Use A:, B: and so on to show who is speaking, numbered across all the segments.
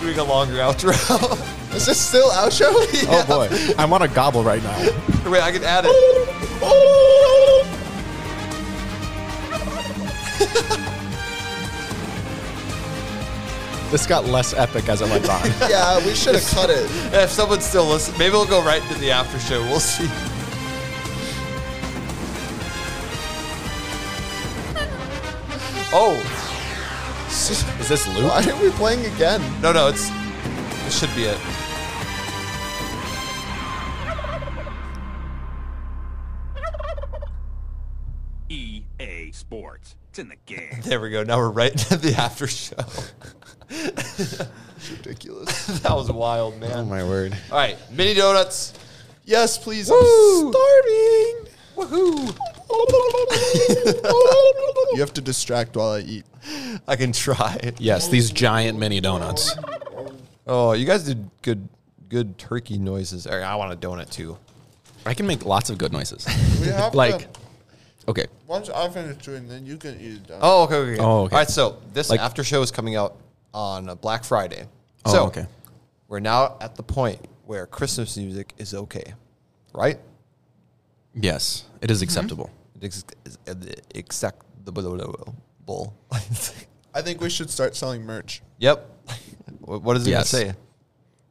A: doing a longer outro.
B: Is this still outro?
C: Oh boy, I want to gobble right now.
A: Wait, I can add it.
C: This got less epic as it went on.
B: yeah, we should have cut it.
A: If someone's still listening, maybe we'll go right into the after show. We'll see. Oh
C: Is this loop?
B: Why are we playing again?
A: no, no, it's this should be it.
D: EA E Sports. It's in the game.
A: There we go. Now we're right into the after show.
B: Ridiculous.
A: That was wild, man.
C: my word.
A: All right, mini donuts.
B: yes, please.
A: Woo!
B: I'm starving.
A: Woohoo!
B: You have to distract while I eat.
A: I can try.
C: Yes, these giant mini donuts.
A: Oh, you guys did good, good turkey noises. All right, I want a donut too.
C: I can make lots of good noises.
B: We have
C: Like, okay.
B: once I finish doing, then you can eat it down.
A: Oh, okay, okay. okay.
C: Oh, okay.
A: All right, so this
C: Like-
A: after show is coming out on uh, Black Friday.
C: Oh,
A: so
C: okay.
A: we're now at the point where Christmas music is okay, right?
C: Yes, it is acceptable.
A: Except the blah, blah, blah, blah, bull.
B: I think we should start selling merch.
A: yep. What what does it gonna
C: Yes.
A: say?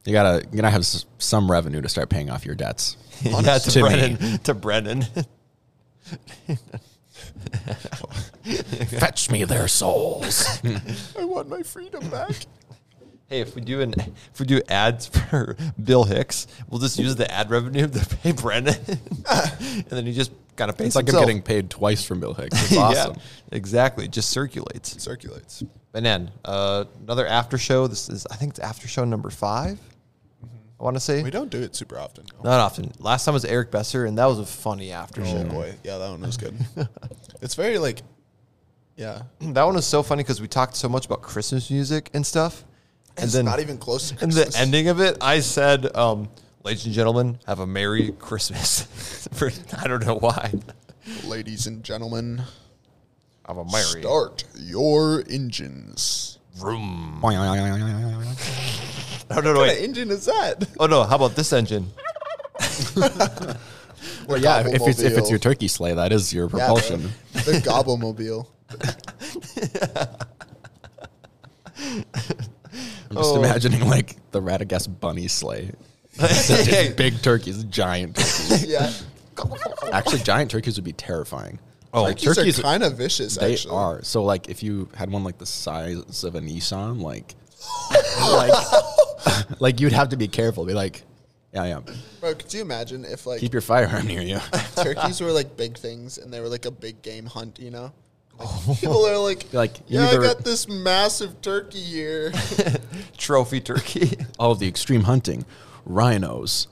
C: You gotta, you gotta have s- some revenue to start paying off your debts.
A: Yeah, to,
C: To me.
A: Brennan. To Brennan.
C: Fetch me their souls.
B: I want my freedom back.
A: hey, if we do an if we do ads for Bill Hicks, we'll just use the ad revenue to pay Brennan, and then he just kind of pays
C: it's like
A: himself.
C: I'm getting paid twice from Bill Hicks. It's
A: Yeah,
C: awesome.
A: exactly. It Just circulates.
B: Circulates.
A: And then uh, another after show. This is, I think it's after show number 5 I want to say.
B: We don't do it super often.
A: Not often. Last time was Eric Besser, and that was a funny after
B: Oh
A: show.
B: boy, yeah, that one was good. it's very like, yeah,
A: That one was so funny because we talked so much about Christmas music and stuff. And
B: it's
A: then
B: not even close to
A: in
B: Christmas.
A: the ending of it, I said, um, ladies and gentlemen, have a Merry Christmas. For- I don't know why.
B: ladies and gentlemen,
A: Have a Merry.
B: start your engines.
A: Oh, no, no,
B: What kind of
A: wait.
B: engine is that?
A: Oh, no. How about this engine?
B: Well,
C: Yeah, if it's if it's your turkey sleigh, that is your propulsion.
B: the, gobblemobile.
C: I'm just
A: Oh.
C: imagining like the Radagast bunny sleigh. Just big turkeys, giant. Turkeys.
B: Yeah,
C: Actually, giant turkeys would be terrifying.
A: Oh,
C: like,
B: turkeys,
C: turkeys
B: are kind of vicious.
C: They
B: actually.
C: are. So like if you had one like the size of a Nissan, like like, like you'd have to be careful. Be like, yeah, yeah.
B: Bro, could you imagine if like
C: Keep your firearm near you.
B: turkeys were like big things and they were like a big game hunt? You know, Like, people are like,
C: Like, you
B: yeah,
C: either-
B: I got this massive turkey here.
A: Trophy turkey.
C: All of the extreme hunting, rhinos,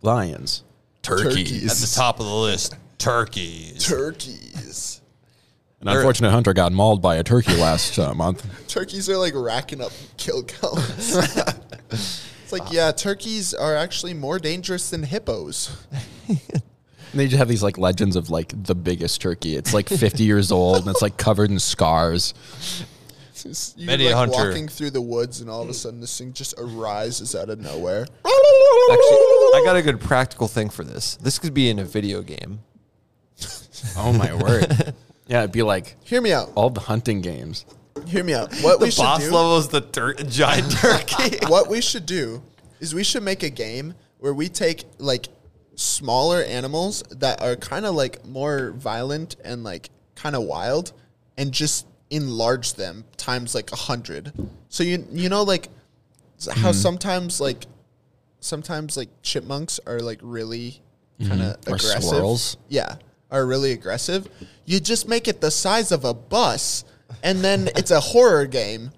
C: lions, turkeys.
A: At the top of the list, turkeys.
B: turkeys.
C: An unfortunate hunter got mauled by a turkey last uh, month.
B: Turkeys are like racking up kill counts. it's like, yeah, turkeys are actually more dangerous than hippos.
C: And they just have these like legends of like the biggest turkey. It's like 50 years old and it's like covered in scars.
B: You're
A: Many a
B: like
A: hunter.
B: walking through the woods, and all of a sudden, this thing just arises out of nowhere.
A: Actually, I got a good practical thing for this. This could be in a video game.
C: Oh my word. yeah, it'd be like
B: Hear me out.
C: all the hunting games.
B: Hear me out. What we
A: The
B: should
A: boss
B: do,
A: level is the tur- giant turkey.
B: what we should do, is we should make a game where we take like smaller animals that are kind of like more violent and like kind of wild, and just enlarge them times like a hundred. So you you know like s- how
C: Mm-hmm.
B: sometimes like sometimes like chipmunks are like really kind of
C: Mm-hmm. Or
B: aggressive.
C: squirrels.
B: Yeah, are really aggressive. You just make it the size of a bus, and then it's a horror game.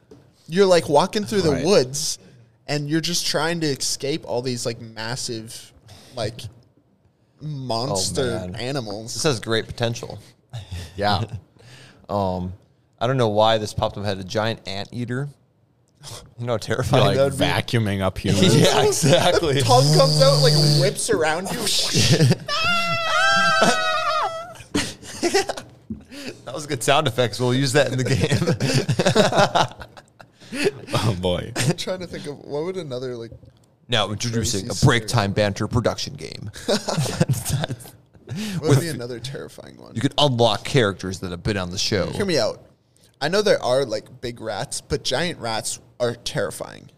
B: You're like walking through the
C: Right.
B: woods, and you're just trying to escape all these like massive, like monster
A: Oh, man. this
B: animals.
A: has great potential.
C: Yeah.
A: Um, I don't know why this popped in my head. A giant anteater. You know how
C: You're,
A: terrifying
C: like
A: that would be?
C: vacuuming up humans.
A: yeah, exactly.
B: Tongue comes out like whips around you.
A: That was good sound effects. We'll use that in the game.
C: Oh boy.
B: I'm trying to think of what would another like.
A: Now introducing a
B: Crazy
A: break
B: story.
A: time banter production game.
B: What would be another terrifying one?
A: you could unlock characters that have been on the show.
B: Hear me out. I know there are like big rats, but giant rats are terrifying.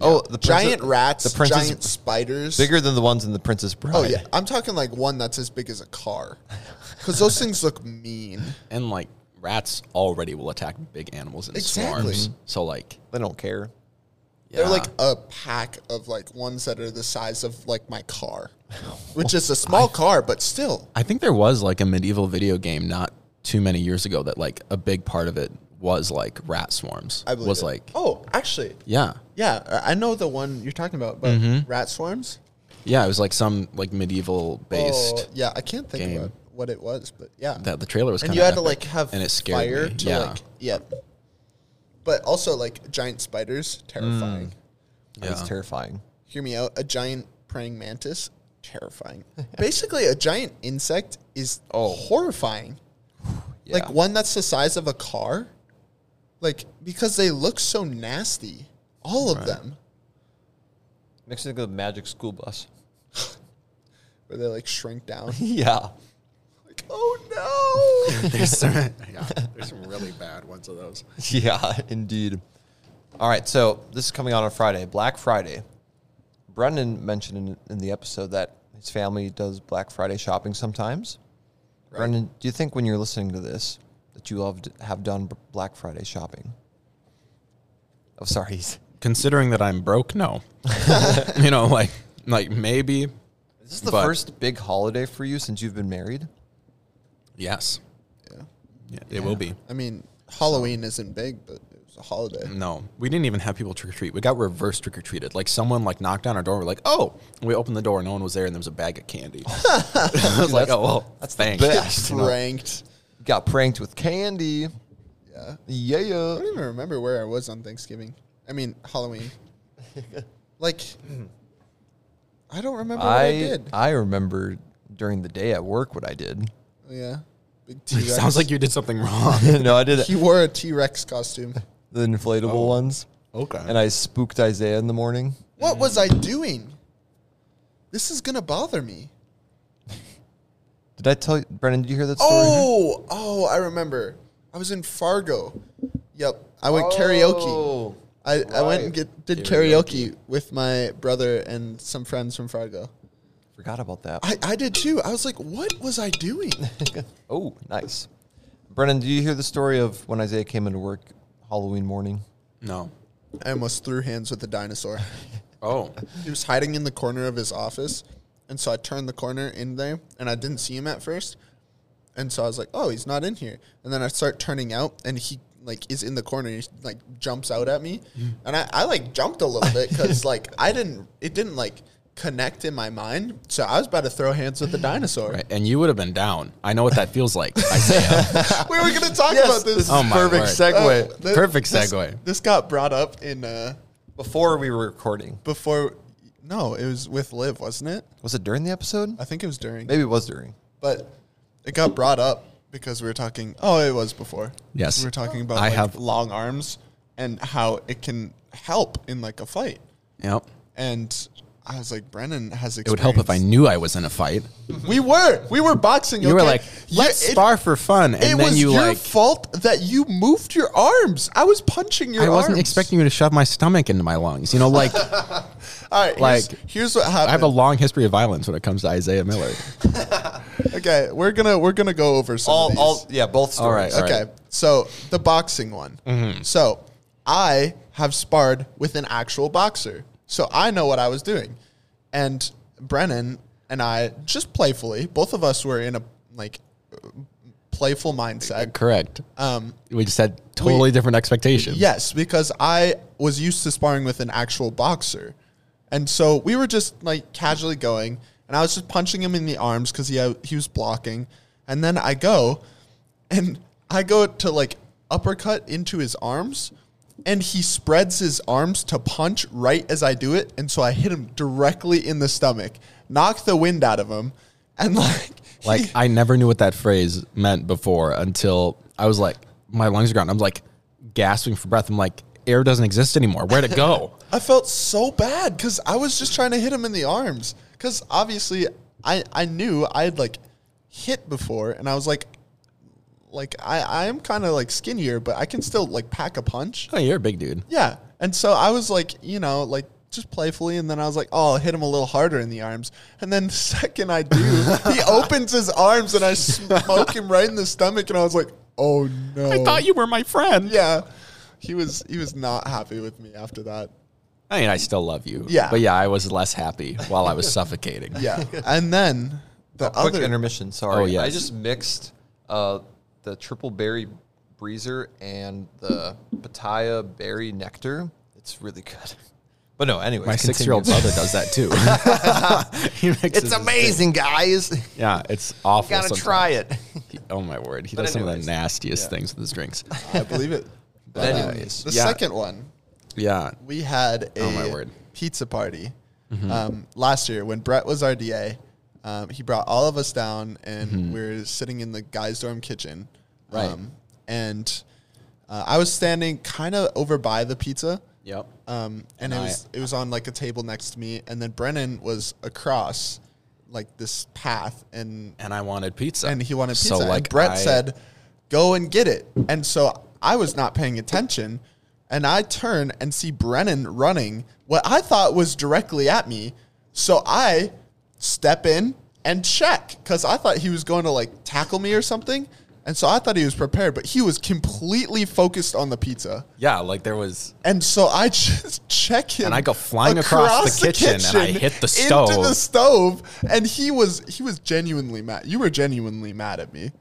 A: Oh, the princess-
B: giant rats,
A: The princess
B: giant spiders.
A: bigger than the ones in the Princess Bride.
B: Oh yeah, I'm talking like one that's as big as a car, because those things look mean.
C: And like rats already will attack big animals in
B: Exactly.
C: swarms. So like
A: they don't care.
B: They're
C: yeah.
B: like a pack of like ones that are the size of like my car, which is a small car, but still.
C: I think there was like a medieval video game not too many years ago that like a big part of it was like rat swarms.
B: I believe
C: was
B: it.
C: like
B: oh, actually,
C: yeah.
B: yeah, I I know the one you're talking about, but
C: Mm-hmm.
B: rat swarms.
C: Yeah, it was like some like medieval based
B: Oh, yeah, I can't think
C: game.
B: about what it was, but yeah,
C: that the trailer was kind
B: and
C: of
B: you had to like have
C: and it scared
B: fire
C: me.
B: to
C: yeah.
B: like yeah, but also like giant spiders,
C: Mm.
B: terrifying.
A: It's
C: Yeah.
A: terrifying.
B: hear me out, a giant praying mantis, terrifying. Basically, a giant insect is oh, horrifying. Like
A: Yeah.
B: one that's the size of a car. Like because they look so nasty, all of them.
A: Makes me think of the Magic School Bus.
B: Where they like shrink down.
A: yeah.
B: like, oh no.
C: There's some,
E: There's some really bad ones of those.
A: Yeah, indeed. All right, so this is coming out on Friday, Black Friday. Brendan mentioned in, in the episode that his family does Black Friday shopping sometimes. Brendan, do you think when you're listening to this that you have, have done b- Black Friday shopping? Oh, sorry. Is
C: considering that I'm broke, no. you know, like like maybe
A: this the
C: But-
A: first big holiday for you since you've been married?
C: yes.
B: yeah.
C: Yeah, it will be.
B: I mean, Halloween isn't big, but it was a holiday.
C: No, we didn't even have people trick or treat. We got reverse trick or treated. Like someone like knocked on our door. We're like, oh, And we opened the door. No one was there, and there was a bag of candy. I was like,
A: uh,
C: oh well, that's thanks.
A: best.
C: You know?
B: Pranked.
A: Got pranked with candy.
B: Yeah.
A: Yeah.
B: I don't even remember where I was on Thanksgiving. I mean, Halloween. like, I don't remember what I,
A: I,
B: did.
A: I remember during the day at work what I did.
B: Oh, yeah. Big T Rex.
C: Sounds like you did something wrong.
A: no, I did it.
B: he wore a T Rex costume.
A: the inflatable ones.
C: okay.
A: And I spooked Isaiah in the morning.
B: What was I doing? This is gonna bother me.
A: Did I tell you, Brennan? Did you hear that story?
B: Oh, oh, I remember. I was in Fargo. Yep, I went karaoke.
A: Oh.
B: I, I went
A: right.
B: and get, did karaoke. with my brother and some friends from Fargo.
A: forgot about that.
B: I, I did too. I was like, what was I doing?
A: oh, nice. Brennan, did you hear the story of when Isaiah came into work Halloween morning?
C: no.
B: I almost threw hands with a dinosaur.
C: Oh,
B: He was hiding in the corner of his office. And so I turned the corner in there and I didn't see him at first. And so I was like, oh, he's not in here. And then I start turning out and he like is in the corner and he like jumps out at me. And I, I like jumped a little bit because like I didn't, it didn't like connect in my mind. So I was about to throw hands with the dinosaur.
C: right. And you would have been down. I know what that feels like. Isaiah.
B: We were going to talk about this.
C: Oh my
A: perfect
C: word.
A: segue.
B: Uh, th-
C: Perfect
B: this- This,
C: segue.
B: got brought up in, uh,
A: Before we were recording,
B: before, no, it was with Liv, wasn't it?
A: was it during the episode?
B: I think it was during.
A: Maybe it was during.
B: but it got brought up because we were talking. Oh, it was before.
C: Yes.
B: we were talking about
C: I
B: like,
C: have-
B: long arms and how it can help in like a fight.
C: yep.
B: And I was like, Brennan has. Experience.
C: It would help if I knew I was in a fight.
B: We were, we were boxing.
C: You were
B: okay?
C: like,
B: You-
C: let's
B: it-
C: spar for fun, and then
B: It was
C: you
B: your
C: like.
B: fault that you moved your arms. I was punching your.
C: I wasn't
B: arms.
C: expecting you to shove my stomach into my lungs. You know, like
B: All right, like
C: like-
B: here's, what happened.
C: I have a long history of violence when it comes to Isaiah Miller.
B: okay, we're gonna we're gonna go over some. of
A: All,
B: these.
A: all, yeah, both stories.
C: All right, all right. Mm-hmm.
B: Okay, so the boxing one. So I have sparred with an actual boxer, so I know what I was doing. And Brennan and I just playfully, both of us were in a like uh, playful mindset.
C: Correct.
B: Um,
C: We just had totally different expectations.
B: yes, because I was used to sparring with an actual boxer, and so we were just like casually going, and I was just punching him in the arms because he had- he was blocking, and then I go, and I go to like uppercut into his arms, and he spreads his arms to punch right as I do it, and so I hit him directly in the stomach, knock the wind out of him, and like
C: Like I never knew what that phrase meant before until I was like, my lungs are gone. I'm like gasping for breath. I'm like, air doesn't exist anymore. Where'd it go?
B: I felt so bad because I was just trying to hit him in the arms. Because obviously, I I knew I had like hit before, and I was like, like I I am kind of like skinnier, but I can still like pack a punch.
C: oh, you're a big dude.
B: Yeah, and so I was like, you know, like just playfully, and then I was like, oh, I'll hit him a little harder in the arms. And then the second I do, he opens his arms, and I smoke him right in the stomach, and I was like, oh no.
C: I thought you were my friend.
B: Yeah, he was he was not happy with me after that.
C: I mean, I still love you.
B: Yeah.
C: But yeah, I was less happy while I was suffocating.
B: Yeah, and then the
A: Quick
B: other
A: intermission, sorry.
C: Oh, yes.
A: I just mixed uh, the triple berry breezer and the pitaya berry nectar. It's really good. But no, anyway,
C: My six year old brother does that too. He mixes his-
A: It's amazing, guys. You
C: Yeah, it's awful.
A: gotta
C: sometimes.
A: try it.
C: He- oh my word. He
A: But
C: does some of
A: anyways,
C: the nastiest
A: yeah.
C: things with his drinks.
B: I believe it. uh,
A: But anyways,
B: The
C: Yeah.
B: second one,
C: Yeah.
B: we had a
C: Oh, my word. Mm-hmm.
B: pizza party um, last year when Brett was our DA. Um, he brought all of us down, and we were sitting in the guys' dorm kitchen.
C: Mm-hmm.
B: Um,
C: Right.
B: and uh, I was standing kind of over by the pizza.
C: Yep.
B: Um, and it
C: I-
B: was it was on like a table next to me, and then Brennan was across like this path, and
C: And I wanted pizza.
B: and he wanted pizza.
C: So
B: and
C: like
B: Brett
C: I-
B: said, "Go and get it." And so I was not paying attention, and I turn and see Brennan running what I thought was directly at me. So I step in and check because I thought he was going to like tackle me or something, and so I thought he was prepared, but he was completely focused on the pizza.
C: Yeah, like there was
B: And so I just check him,
C: And I go flying across the kitchen, and I hit the
B: into the
C: stove.
B: stove, and he was he was genuinely mad. You were genuinely mad at me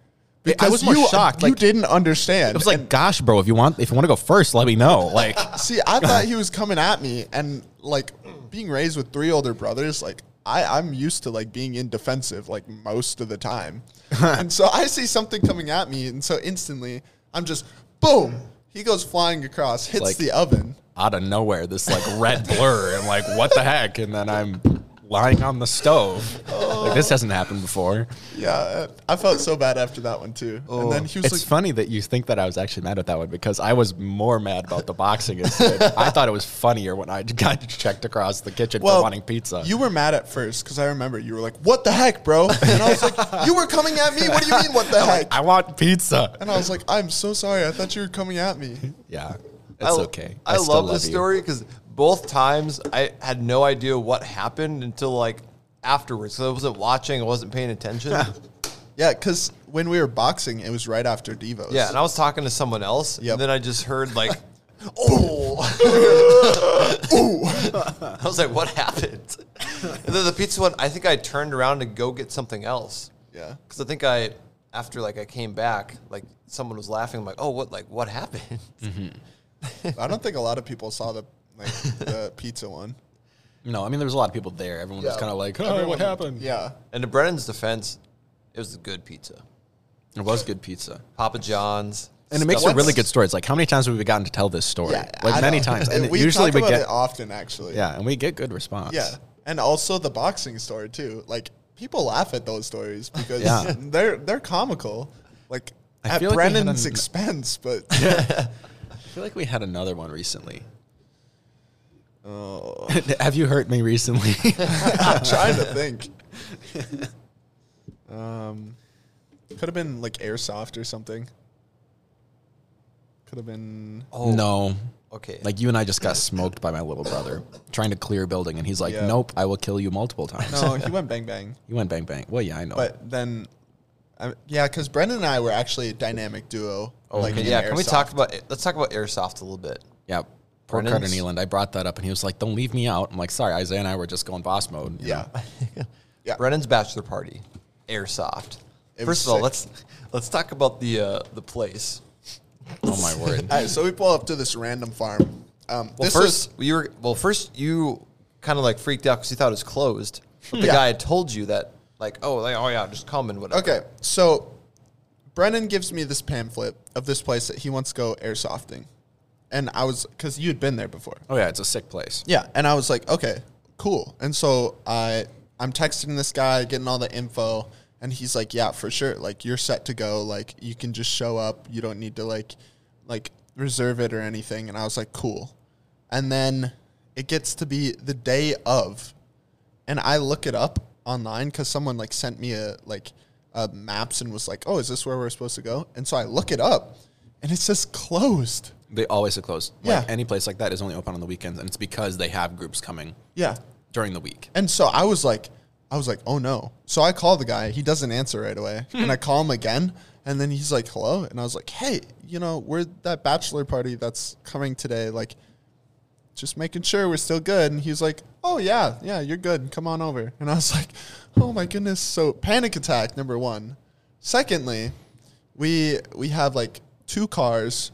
B: because
C: was more
B: you,
C: shocked,
B: You
C: like-
B: didn't understand.
C: It was like, gosh, bro, if you want if you want to go first, let me know. Like
B: see, I thought he was coming at me, and like being raised with three older brothers, like I I'm used to like being in defensive like most of the time, and so I see something coming at me, and so instantly I'm just boom. He goes flying across, hits
C: like-
B: the oven.
C: out of nowhere, this like red blur, and like, what the heck? And then I'm lying on the stove. Like this hasn't happened before.
B: Yeah, I felt so bad after that one too. And then he was
C: It's
B: like,
C: funny that you think that I was actually mad at that one because I was more mad about the boxing incident. I thought it was funnier when I got checked across the kitchen for wanting pizza.
B: You were mad at first because I remember you were like, "What the heck, bro?" And I was like, "You were coming at me. What do you mean, what the heck?"
C: I want pizza.
B: And I was like, "I'm so sorry. I thought you were coming at me."
C: Yeah, it's
A: I-
C: okay.
A: I,
C: still
A: love this
C: you.
A: story because both times I had no idea what happened until like afterwards. So I wasn't watching, I wasn't paying attention.
B: Yeah, because when we were boxing, it was right after Devos.
A: yeah, and I was talking to someone else,
B: Yep.
A: and then I just heard like, oh, I was like, what happened? And then the pizza one, I think I turned around to go get something else.
B: yeah.
A: Because I think I, after like I came back, like someone was laughing. I'm like, oh, what, like what happened?
B: I don't think a lot of people saw the like the pizza one.
C: No, I mean there was a lot of people there. Everyone was
B: Yeah.
C: kind of like, "Oh,
B: Everyone-
C: what happened?"
B: Yeah.
A: And to Brennan's defense, it was good pizza.
C: it was good pizza.
A: Papa John's.
C: And it makes a
A: stuff.
C: really good story. It's like how many times have we gotten to tell this story?
B: Yeah,
C: like
B: I
C: many
B: know.
C: times. And
B: we
C: usually
B: talk
C: we
B: about
C: get
B: it often, actually.
C: yeah, and we get good response.
B: Yeah. And also the boxing story too. Like people laugh at those stories because
C: Yeah.
B: they're they're comical. Like
C: I
B: at
C: feel like we had
B: Brennan's
C: an-
B: expense, but
C: I feel like we had another one recently. Oh. have you hurt me recently?
B: I'm trying to think. Um could have been like airsoft or something. Could have been
A: Oh.
C: No.
A: Okay.
C: Like you and I just got smoked by my little brother trying to clear a building and he's like,
B: Yeah.
C: "Nope, I will kill you multiple times."
B: No, he went bang bang.
C: You went bang bang. Well, yeah, I know.
B: But then I, yeah, cuz Brennan and I were actually a dynamic duo.
C: Oh,
B: like
A: Okay,
B: in
A: yeah, can we
B: airsoft.
A: talk about let's talk about airsoft a little bit.
C: yeah. Poor Carter
A: Brennan's-
C: Nealand, I brought that up and he was like, "Don't leave me out." I'm like, "Sorry, Isaiah and I were just going boss mode." you
B: Yeah.
C: know?
B: Yeah.
A: Brennan's bachelor party, airsoft.
B: It was
A: First of all,
B: sick.
A: let's let's talk about the uh, the place.
C: Oh my word.
B: All right, so we pull up to this random farm.
A: Well,
B: Um, this was-
A: first you were well. First you kind of like freaked out because you thought it was closed, but the
B: Yeah.
A: guy had told you that like oh like, oh yeah just come and whatever.
B: Okay, so Brennan gives me this pamphlet of this place that he wants to go airsofting. And I was, because you had been there before.
C: Oh yeah, it's a sick place.
B: Yeah, and I was like, okay, cool. And so I, I'm texting this guy, getting all the info, and he's like, yeah, for sure. Like, you're set to go. Like, you can just show up. You don't need to, like, like reserve it or anything. And I was like, cool. And then it gets to be the day of, and I look it up online because someone like sent me a like a maps and was like, oh, is this where we're supposed to go? And so I look it up, and it says closed.
C: They always are closed.
B: Yeah.
C: Like any place like that is only open on the weekends, and it's because they have groups coming
B: Yeah.
C: during the week.
B: And so I was like, I was like, oh no. So I call the guy. He doesn't answer right away. and I call him again. And then he's like, hello. And I was like, hey, you know, we're that bachelor party that's coming today. Like, just making sure we're still good. And he's like, oh yeah, yeah, you're good. Come on over. And I was like, oh my goodness. So panic attack, number one. Secondly, we we have like two cars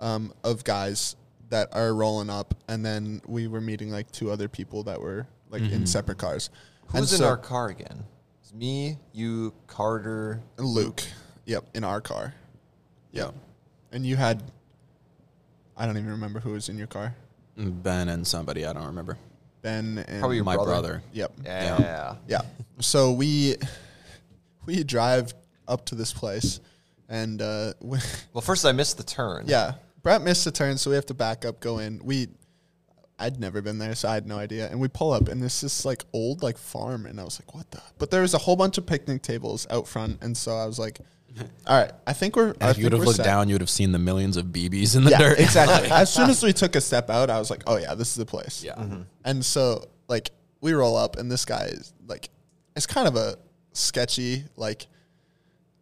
B: um, of guys that are rolling up, and then we were meeting like two other people that were like in separate cars. And
A: Who's Mm-hmm. in
B: so-
A: our car again? It's me, you, Carter.
B: Luke? Yep, in our car. Yep. And you had, I don't even remember who was in your car.
C: Ben and somebody I don't remember.
B: Ben and
A: Probably your
C: My
A: brother.
C: brother.
B: Yep.
A: Yeah.
B: Yeah. So we we drive up to this place, and uh, we,
A: Well, first I missed the turn.
B: yeah, Brett missed a turn, so we have to back up, go in. We I'd never been there, so I had no idea. And we pull up, and this is like old like farm, and I was like, what the? But there was a whole bunch of picnic tables out front, and so I was like, all right, I think we're. I
C: And if you would
B: think
C: have
B: we're
C: looked
B: set.
C: down, you would have seen the millions of BBs in the
B: Yeah,
C: dirt.
B: exactly. as soon as we took a step out, I was like, oh yeah, this is the place.
C: Yeah.
B: And so like we roll up and this guy is like it's kind of a sketchy like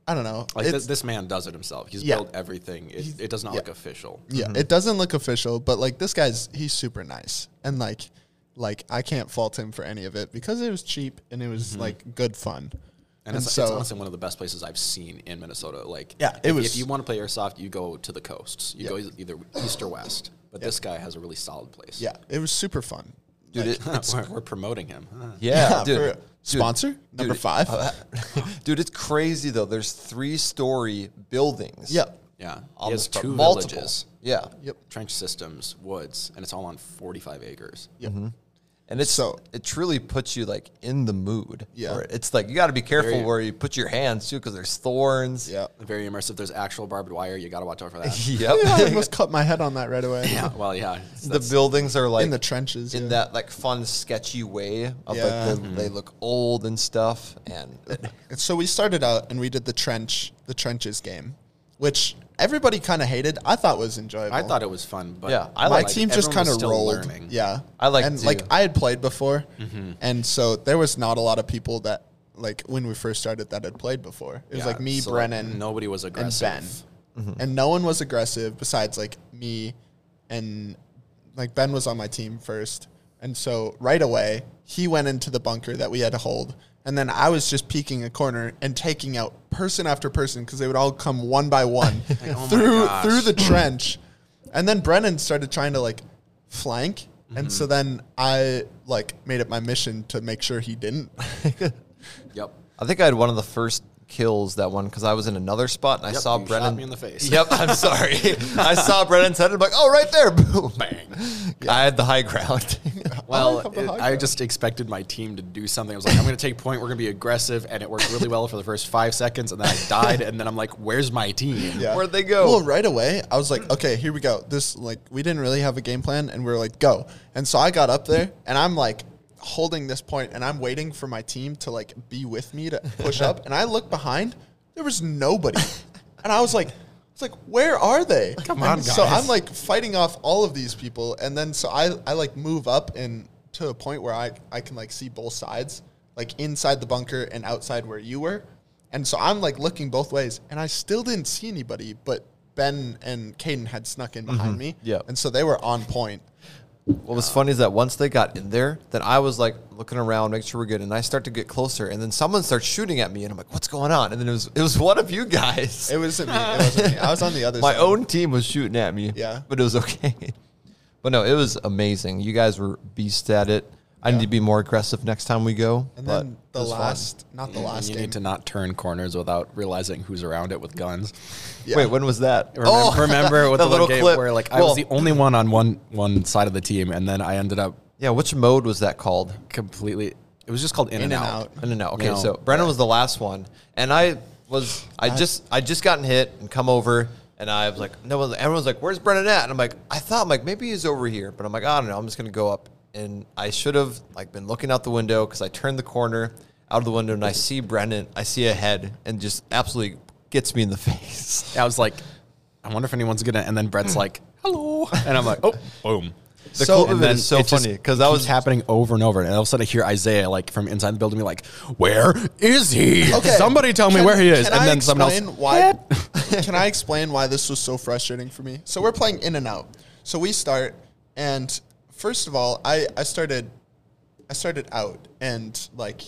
B: I don't know.
C: Like
B: It's-
C: th- this man does it himself. He's
B: Yeah.
C: built everything. It, it does not look official.
B: yeah, it doesn't look official, but like this guy's he's super nice and like like I can't fault him for any of it because it was cheap and it was like good fun.
C: Mm-hmm. And, it's, it's honestly one of the best places I've seen in Minnesota. Like,
B: Yeah, it
C: if,
B: was-
C: if you want to play airsoft, you go to the coasts. You
B: Yeah.
C: go e-, either east or west. But this guy has a really solid place.
B: yeah, it was super fun.
A: Dude, it, it's,
C: we're, we're promoting him. Huh.
A: yeah,
B: Yeah,
A: dude.
B: for-
A: Dude,
B: sponsor number five.
C: uh,
A: dude, it's crazy though. There's three story buildings.
B: yeah.
C: Yeah,
A: On the
C: he has
A: spot-
C: two
A: multiple.
C: villages,
A: Yeah.
B: Yep.
C: trench systems, woods, and it's all on forty-five acres.
B: Yep.
A: And it's
B: So-
A: it truly puts you like in the mood.
B: Yeah.
A: for it. It's like you got to be careful
C: Very-
A: where you put your hands too, because there's thorns.
B: Yeah.
C: Very immersive. There's actual barbed wire. You got to watch out for that.
A: Yep.
B: I almost cut my head on that right away.
C: yeah, well, yeah. it's-
A: the
C: that's-
A: buildings are like
B: In the trenches.
A: in
B: yeah.
A: that like fun sketchy way of
B: Yeah.
A: like they, they look old and stuff and
B: And so we started out and we did the trench, the trenches game, which everybody kind of hated. I thought was enjoyable.
C: I thought it was fun, but
A: Yeah, I
B: my
A: liked
C: like,
B: team just
C: everyone
B: kind
C: was
B: of
C: still
B: rolled.
C: learning.
B: Yeah,
A: I liked
B: and
A: it
B: like
A: too.
B: I had played before,
C: Mm-hmm.
B: and so there was not a lot of people that like when we first started that had played before. It was
C: Yeah,
B: like me,
C: so, like,
B: Brennan,
C: nobody was
B: and
C: aggressive.
B: Ben,
C: Mm-hmm.
B: and no one was aggressive besides like me and like Ben was on my team first, and so right away he went into the bunker that we had to hold, and then I was just peeking a corner and taking out person after person because they would all come one by one
C: oh my
B: through
C: gosh.
B: through the trench, and then Brennan started trying to like flank,
C: Mm-hmm.
B: and so then I like made it my mission to make sure he didn't.
C: Yep.
A: I think I had one of the first kills that one because I was in another spot and I
C: Yep,
A: saw
C: you shot
A: Brennan
C: me in the face.
A: Yep, I'm sorry. I saw Brennan's head and I'm like, oh, right there, boom, bang. I had the high ground.
C: Well,
B: have the
C: it-
B: high
C: I
B: ground.
C: just expected my team to do something. I was like, I'm going to take point. We're going to be aggressive, and it worked really well for the first five seconds, and then I died, and then I'm like, "Where's my team?"
B: Yeah.
A: Where'd they go?
B: Well, right away, I was like, okay, here we go. This like we didn't really have a game plan, and we were like, go. And so I got up there, and I'm like holding this point, and I'm waiting for my team to like be with me to push up. And I look behind, there was nobody, and I was like. It's like, where are they? Come
C: on,
B: So
C: guys.
B: I'm like fighting off all of these people, and then so I, I like move up and to a point where I, I can like see both sides, like inside the bunker and outside where you were. And so I'm like looking both ways, and I still didn't see anybody, but Ben and Caden had snuck in behind me.
A: Mm-hmm. Yep.
B: And so they were on point.
A: What was funny is that once they got in there, then I was like looking around, make sure we're good, and I start to get closer, and then someone starts shooting at me, and I'm like, "What's going on?" And then it was it was one of you guys.
B: It wasn't me. It wasn't me. I was on the other
A: My
B: side.
A: own team was shooting at me.
B: Yeah.
A: but it was okay. But no, it was amazing. You guys were beast at it. I need to be more aggressive next time we go.
B: And
A: but
B: then
A: it
B: the
A: was fun.
B: last, not the
C: And
B: last
C: you
B: game.
C: need to not turn corners without realizing who's around it with guns.
B: Yeah.
A: Wait, when was that?
C: Remember, remember with
A: Oh. that
C: the, little game
A: clip.
C: where like I
A: Well,
C: was the only one on one one side of the team, and then I ended up
A: yeah. Which mode was that called?
C: completely. It was just called in,
B: In
C: and,
B: and
C: out.
B: out.
A: No, no, no. Okay,
C: No.
A: so Brennan was the last one, and I was I just I just gotten hit and come over, And I was like, no one, everyone's like, where's Brennan at? And I'm like, I thought, I'm like, maybe he's over here. But I'm like, I don't know. I'm just going to go up. And I should have like been looking out the window because I turned the corner out of the window and I see Brennan, I see a head and just absolutely gets me in the face.
C: I was like, I wonder if anyone's gonna. And then
B: Hmm.
C: Brett's like, hello, and I'm like, oh, boom.
A: The clip of it is so
C: it just
A: funny because that
C: keeps
A: was
C: happening over and over. And all of a sudden, I hear Isaiah like from inside the building, be like, "Where is he? Somebody tell me
B: Can-
C: where he is."
B: can
C: And
B: I
C: then someone else.
B: explain Why, can I explain why this was so frustrating for me? So we're playing in and out. So we start, and first of all, I, I started, I started out, and like,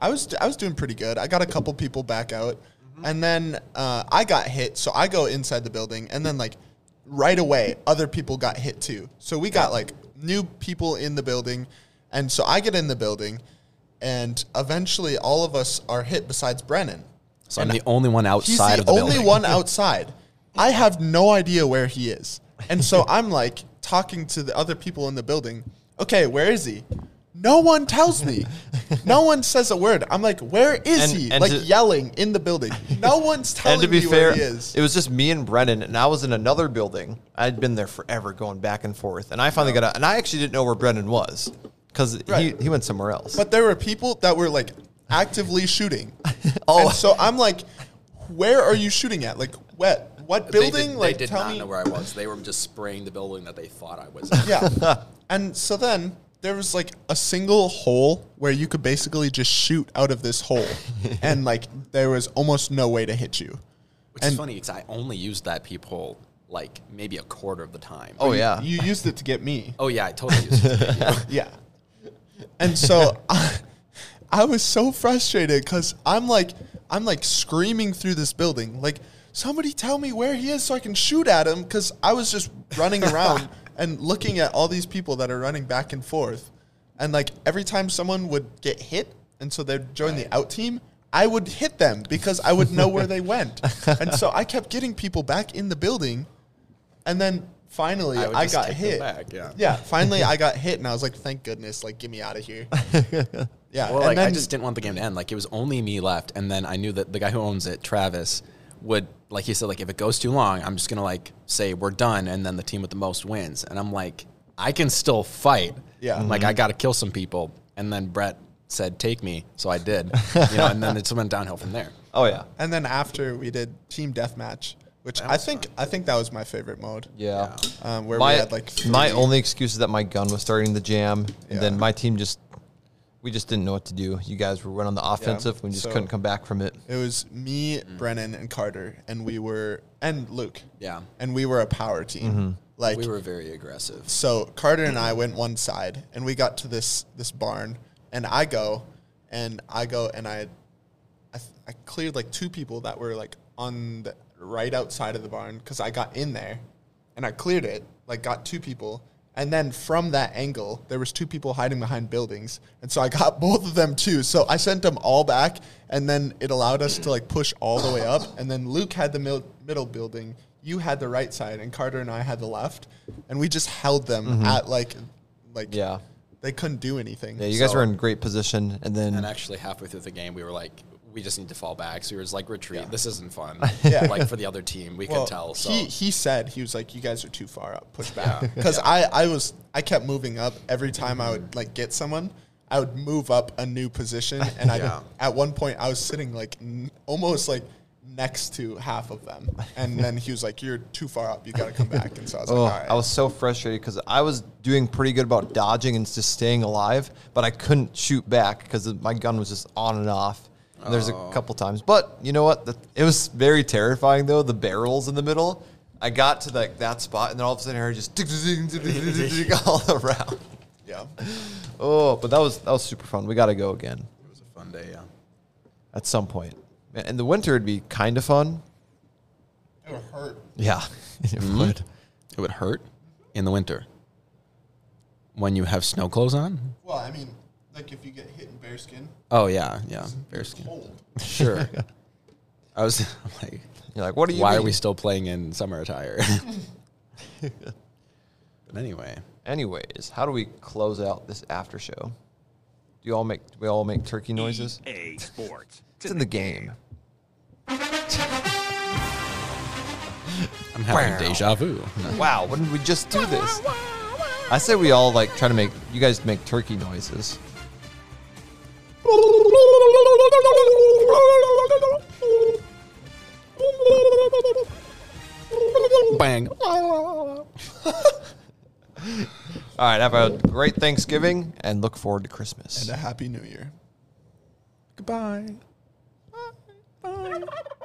B: I was I was doing pretty good. I got a couple people back out, and then uh, I got hit. So I go inside the building, and then like, right away, other people got hit too. So we got like new people in the building, and so I get in the building. And eventually, all of us are hit besides Brennan.
C: So I'm the only one
B: He's
C: outside
B: the,
C: of the
B: only
C: building.
B: one outside. I have no idea where he is. And so I'm like talking to the other people in the building. Okay, where is he? No one tells me. No one says a word. I'm like, where is
A: And-
B: he?
A: and
B: like
A: to-
B: yelling in the building. No one's telling
A: and to be
B: me
A: fair,
B: where he is.
A: it was just me and Brennan, and I was in another building. I'd been there forever, going back and forth, and I finally got out. And I actually didn't know where Brennan was because
B: Right.
A: he, he went somewhere else.
B: But there were people that were like actively shooting.
A: Oh.
B: oh, so I'm like, where are you shooting at? Like, what? What building?
E: They did,
B: like,
E: they did
B: tell
E: not
B: me.
E: know where I was. They were just spraying the building that they thought I was. in.
B: Yeah. and so then there was like a single hole where you could basically just shoot out of this hole. and like there was almost no way to hit you.
C: Which is funny because I only used that peephole like maybe a quarter of the time.
A: oh yeah,
B: You used it to get me.
C: Oh yeah, I totally used it.
B: Yeah. And so I, I was so frustrated because I'm like, I'm like screaming through this building, like, somebody tell me where he is so I can shoot at him because I was just running around and looking at all these people that are running back and forth. And like every time someone would get hit, and so they'd join the out team, I would hit them because I would know where they went. And so I kept getting people back in the building. And then finally,
E: I would
B: I,
E: just
B: got
E: kick them
B: hit.
E: back, yeah.
B: yeah. Finally, I got hit, and I was like, "Thank goodness! Like, get me out of here." Yeah.
C: Well,
B: and
C: like, I
B: then-
C: just didn't want the game to end. Like it was only me left, and then I knew that the guy who owns it, Travis, would like he said like if it goes too long, I'm just gonna like say we're done, and then the team with the most wins. And I'm like, I can still fight.
B: Yeah. Mm-hmm.
C: I'm Like I got to kill some people, and then Brett said take me, so I did. you know, and then it went downhill from there.
A: oh yeah,
B: And then after we did team deathmatch, which I think I think that was my favorite mode.
A: yeah.
B: Um, where
A: my
B: we had like three-
A: my only excuse is that my gun was starting to jam, and then
B: Yeah.
A: my team just we just didn't know what to do. You guys were went on the offensive, we just
B: So-
A: couldn't come back from it.
B: It was me, Brennan, and Carter, and we were and Luke.
C: Yeah.
B: And we were a power team.
A: Mm-hmm.
B: Like
C: We were very aggressive.
B: so Carter and I went one side and we got to this this barn and I go and I go and I I, th- I cleared like two people that were like on the right outside of the barn cuz I got in there and I cleared it like got two people and then from that angle there was two people hiding behind buildings and so I got both of them too so I sent them all back and then it allowed us to like push all the way up and then Luke had the mil- middle building you had the right side and Carter and I had the left and we just held them at like like
A: Mm-hmm. Yeah.
B: they couldn't do anything
A: Yeah, you guys
B: So-
A: were in great position, and then
C: And actually, halfway through the game, we were like, we just need to fall back. So we were just like, retreat.
B: Yeah.
C: This isn't fun.
B: Yeah.
C: Like for the other team, we
B: Well,
C: could tell. So
B: He he said he was like, "You guys are too far up. Push back." Because I I was I kept moving up every time I would like get someone. I would move up a new position, and I
E: Yeah.
B: at one point I was sitting like n- almost like next to half of them, and then he was like, "You're too far up. You got to come back." And so I was
A: Oh,
B: like, "All right."
A: I was so frustrated because I was doing pretty good about dodging and just staying alive, but I couldn't shoot back because my gun was just on and off. And there's
C: Oh.
A: a couple times, but you know what? The, it was very terrifying though. The barrels in the middle. I got to like that spot, and then all of a sudden, I heard just all around.
B: yeah.
A: Oh, but that was that was super fun. We got to go again
E: It was a fun day. Yeah.
A: at some point. And in the winter, it'd be kind of fun. Hmm?
B: It would hurt.
A: Yeah, it would.
C: It would hurt in the winter when you have snow clothes on.
B: Well, I mean, like if you get hit in bear skin,
C: Oh yeah, yeah, bear skin.
B: cold.
C: Sure. I was I'm like,
A: You're like, what do you?
C: why are
A: mean?
C: we still playing in summer attire? but anyway,
A: Anyways, how do we close out this after show? Do you all make do we all make turkey
D: E
A: noises?
D: EA Sports.
A: It's in the game.
C: I'm having deja vu.
A: Wow, when did we just do this? I say we all like try to make you guys make turkey noises.
C: Bang.
A: All right, have a great Thanksgiving and look forward to Christmas.
B: And a happy new year.
C: Goodbye. Bye. Bye.